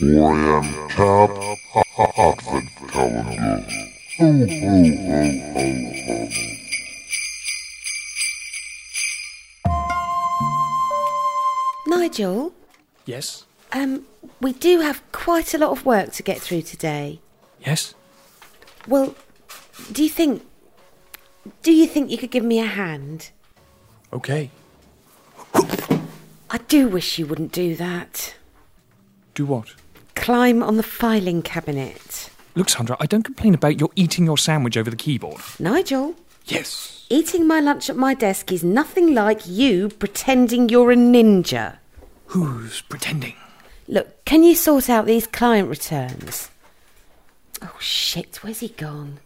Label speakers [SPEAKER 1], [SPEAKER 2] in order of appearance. [SPEAKER 1] 4 a.m. Top Advent Calendar. Ho, ho, ho, ho, ho.
[SPEAKER 2] Nigel,
[SPEAKER 3] Yes.
[SPEAKER 2] um, we do have quite a lot of work to get through today.
[SPEAKER 3] Yes.
[SPEAKER 2] Well, do you think. Do you think you could give me a hand?
[SPEAKER 3] Okay.
[SPEAKER 2] I do wish you wouldn't do that.
[SPEAKER 3] Do what?
[SPEAKER 2] Climb on the filing cabinet.
[SPEAKER 3] Look, Sandra, I don't complain about your eating your sandwich over the keyboard.
[SPEAKER 2] Nigel,
[SPEAKER 3] Yes.
[SPEAKER 2] eating my lunch at my desk is nothing like you pretending you're a ninja.
[SPEAKER 3] Who's pretending?
[SPEAKER 2] Look, can you sort out these client returns? Oh shit, where's he gone?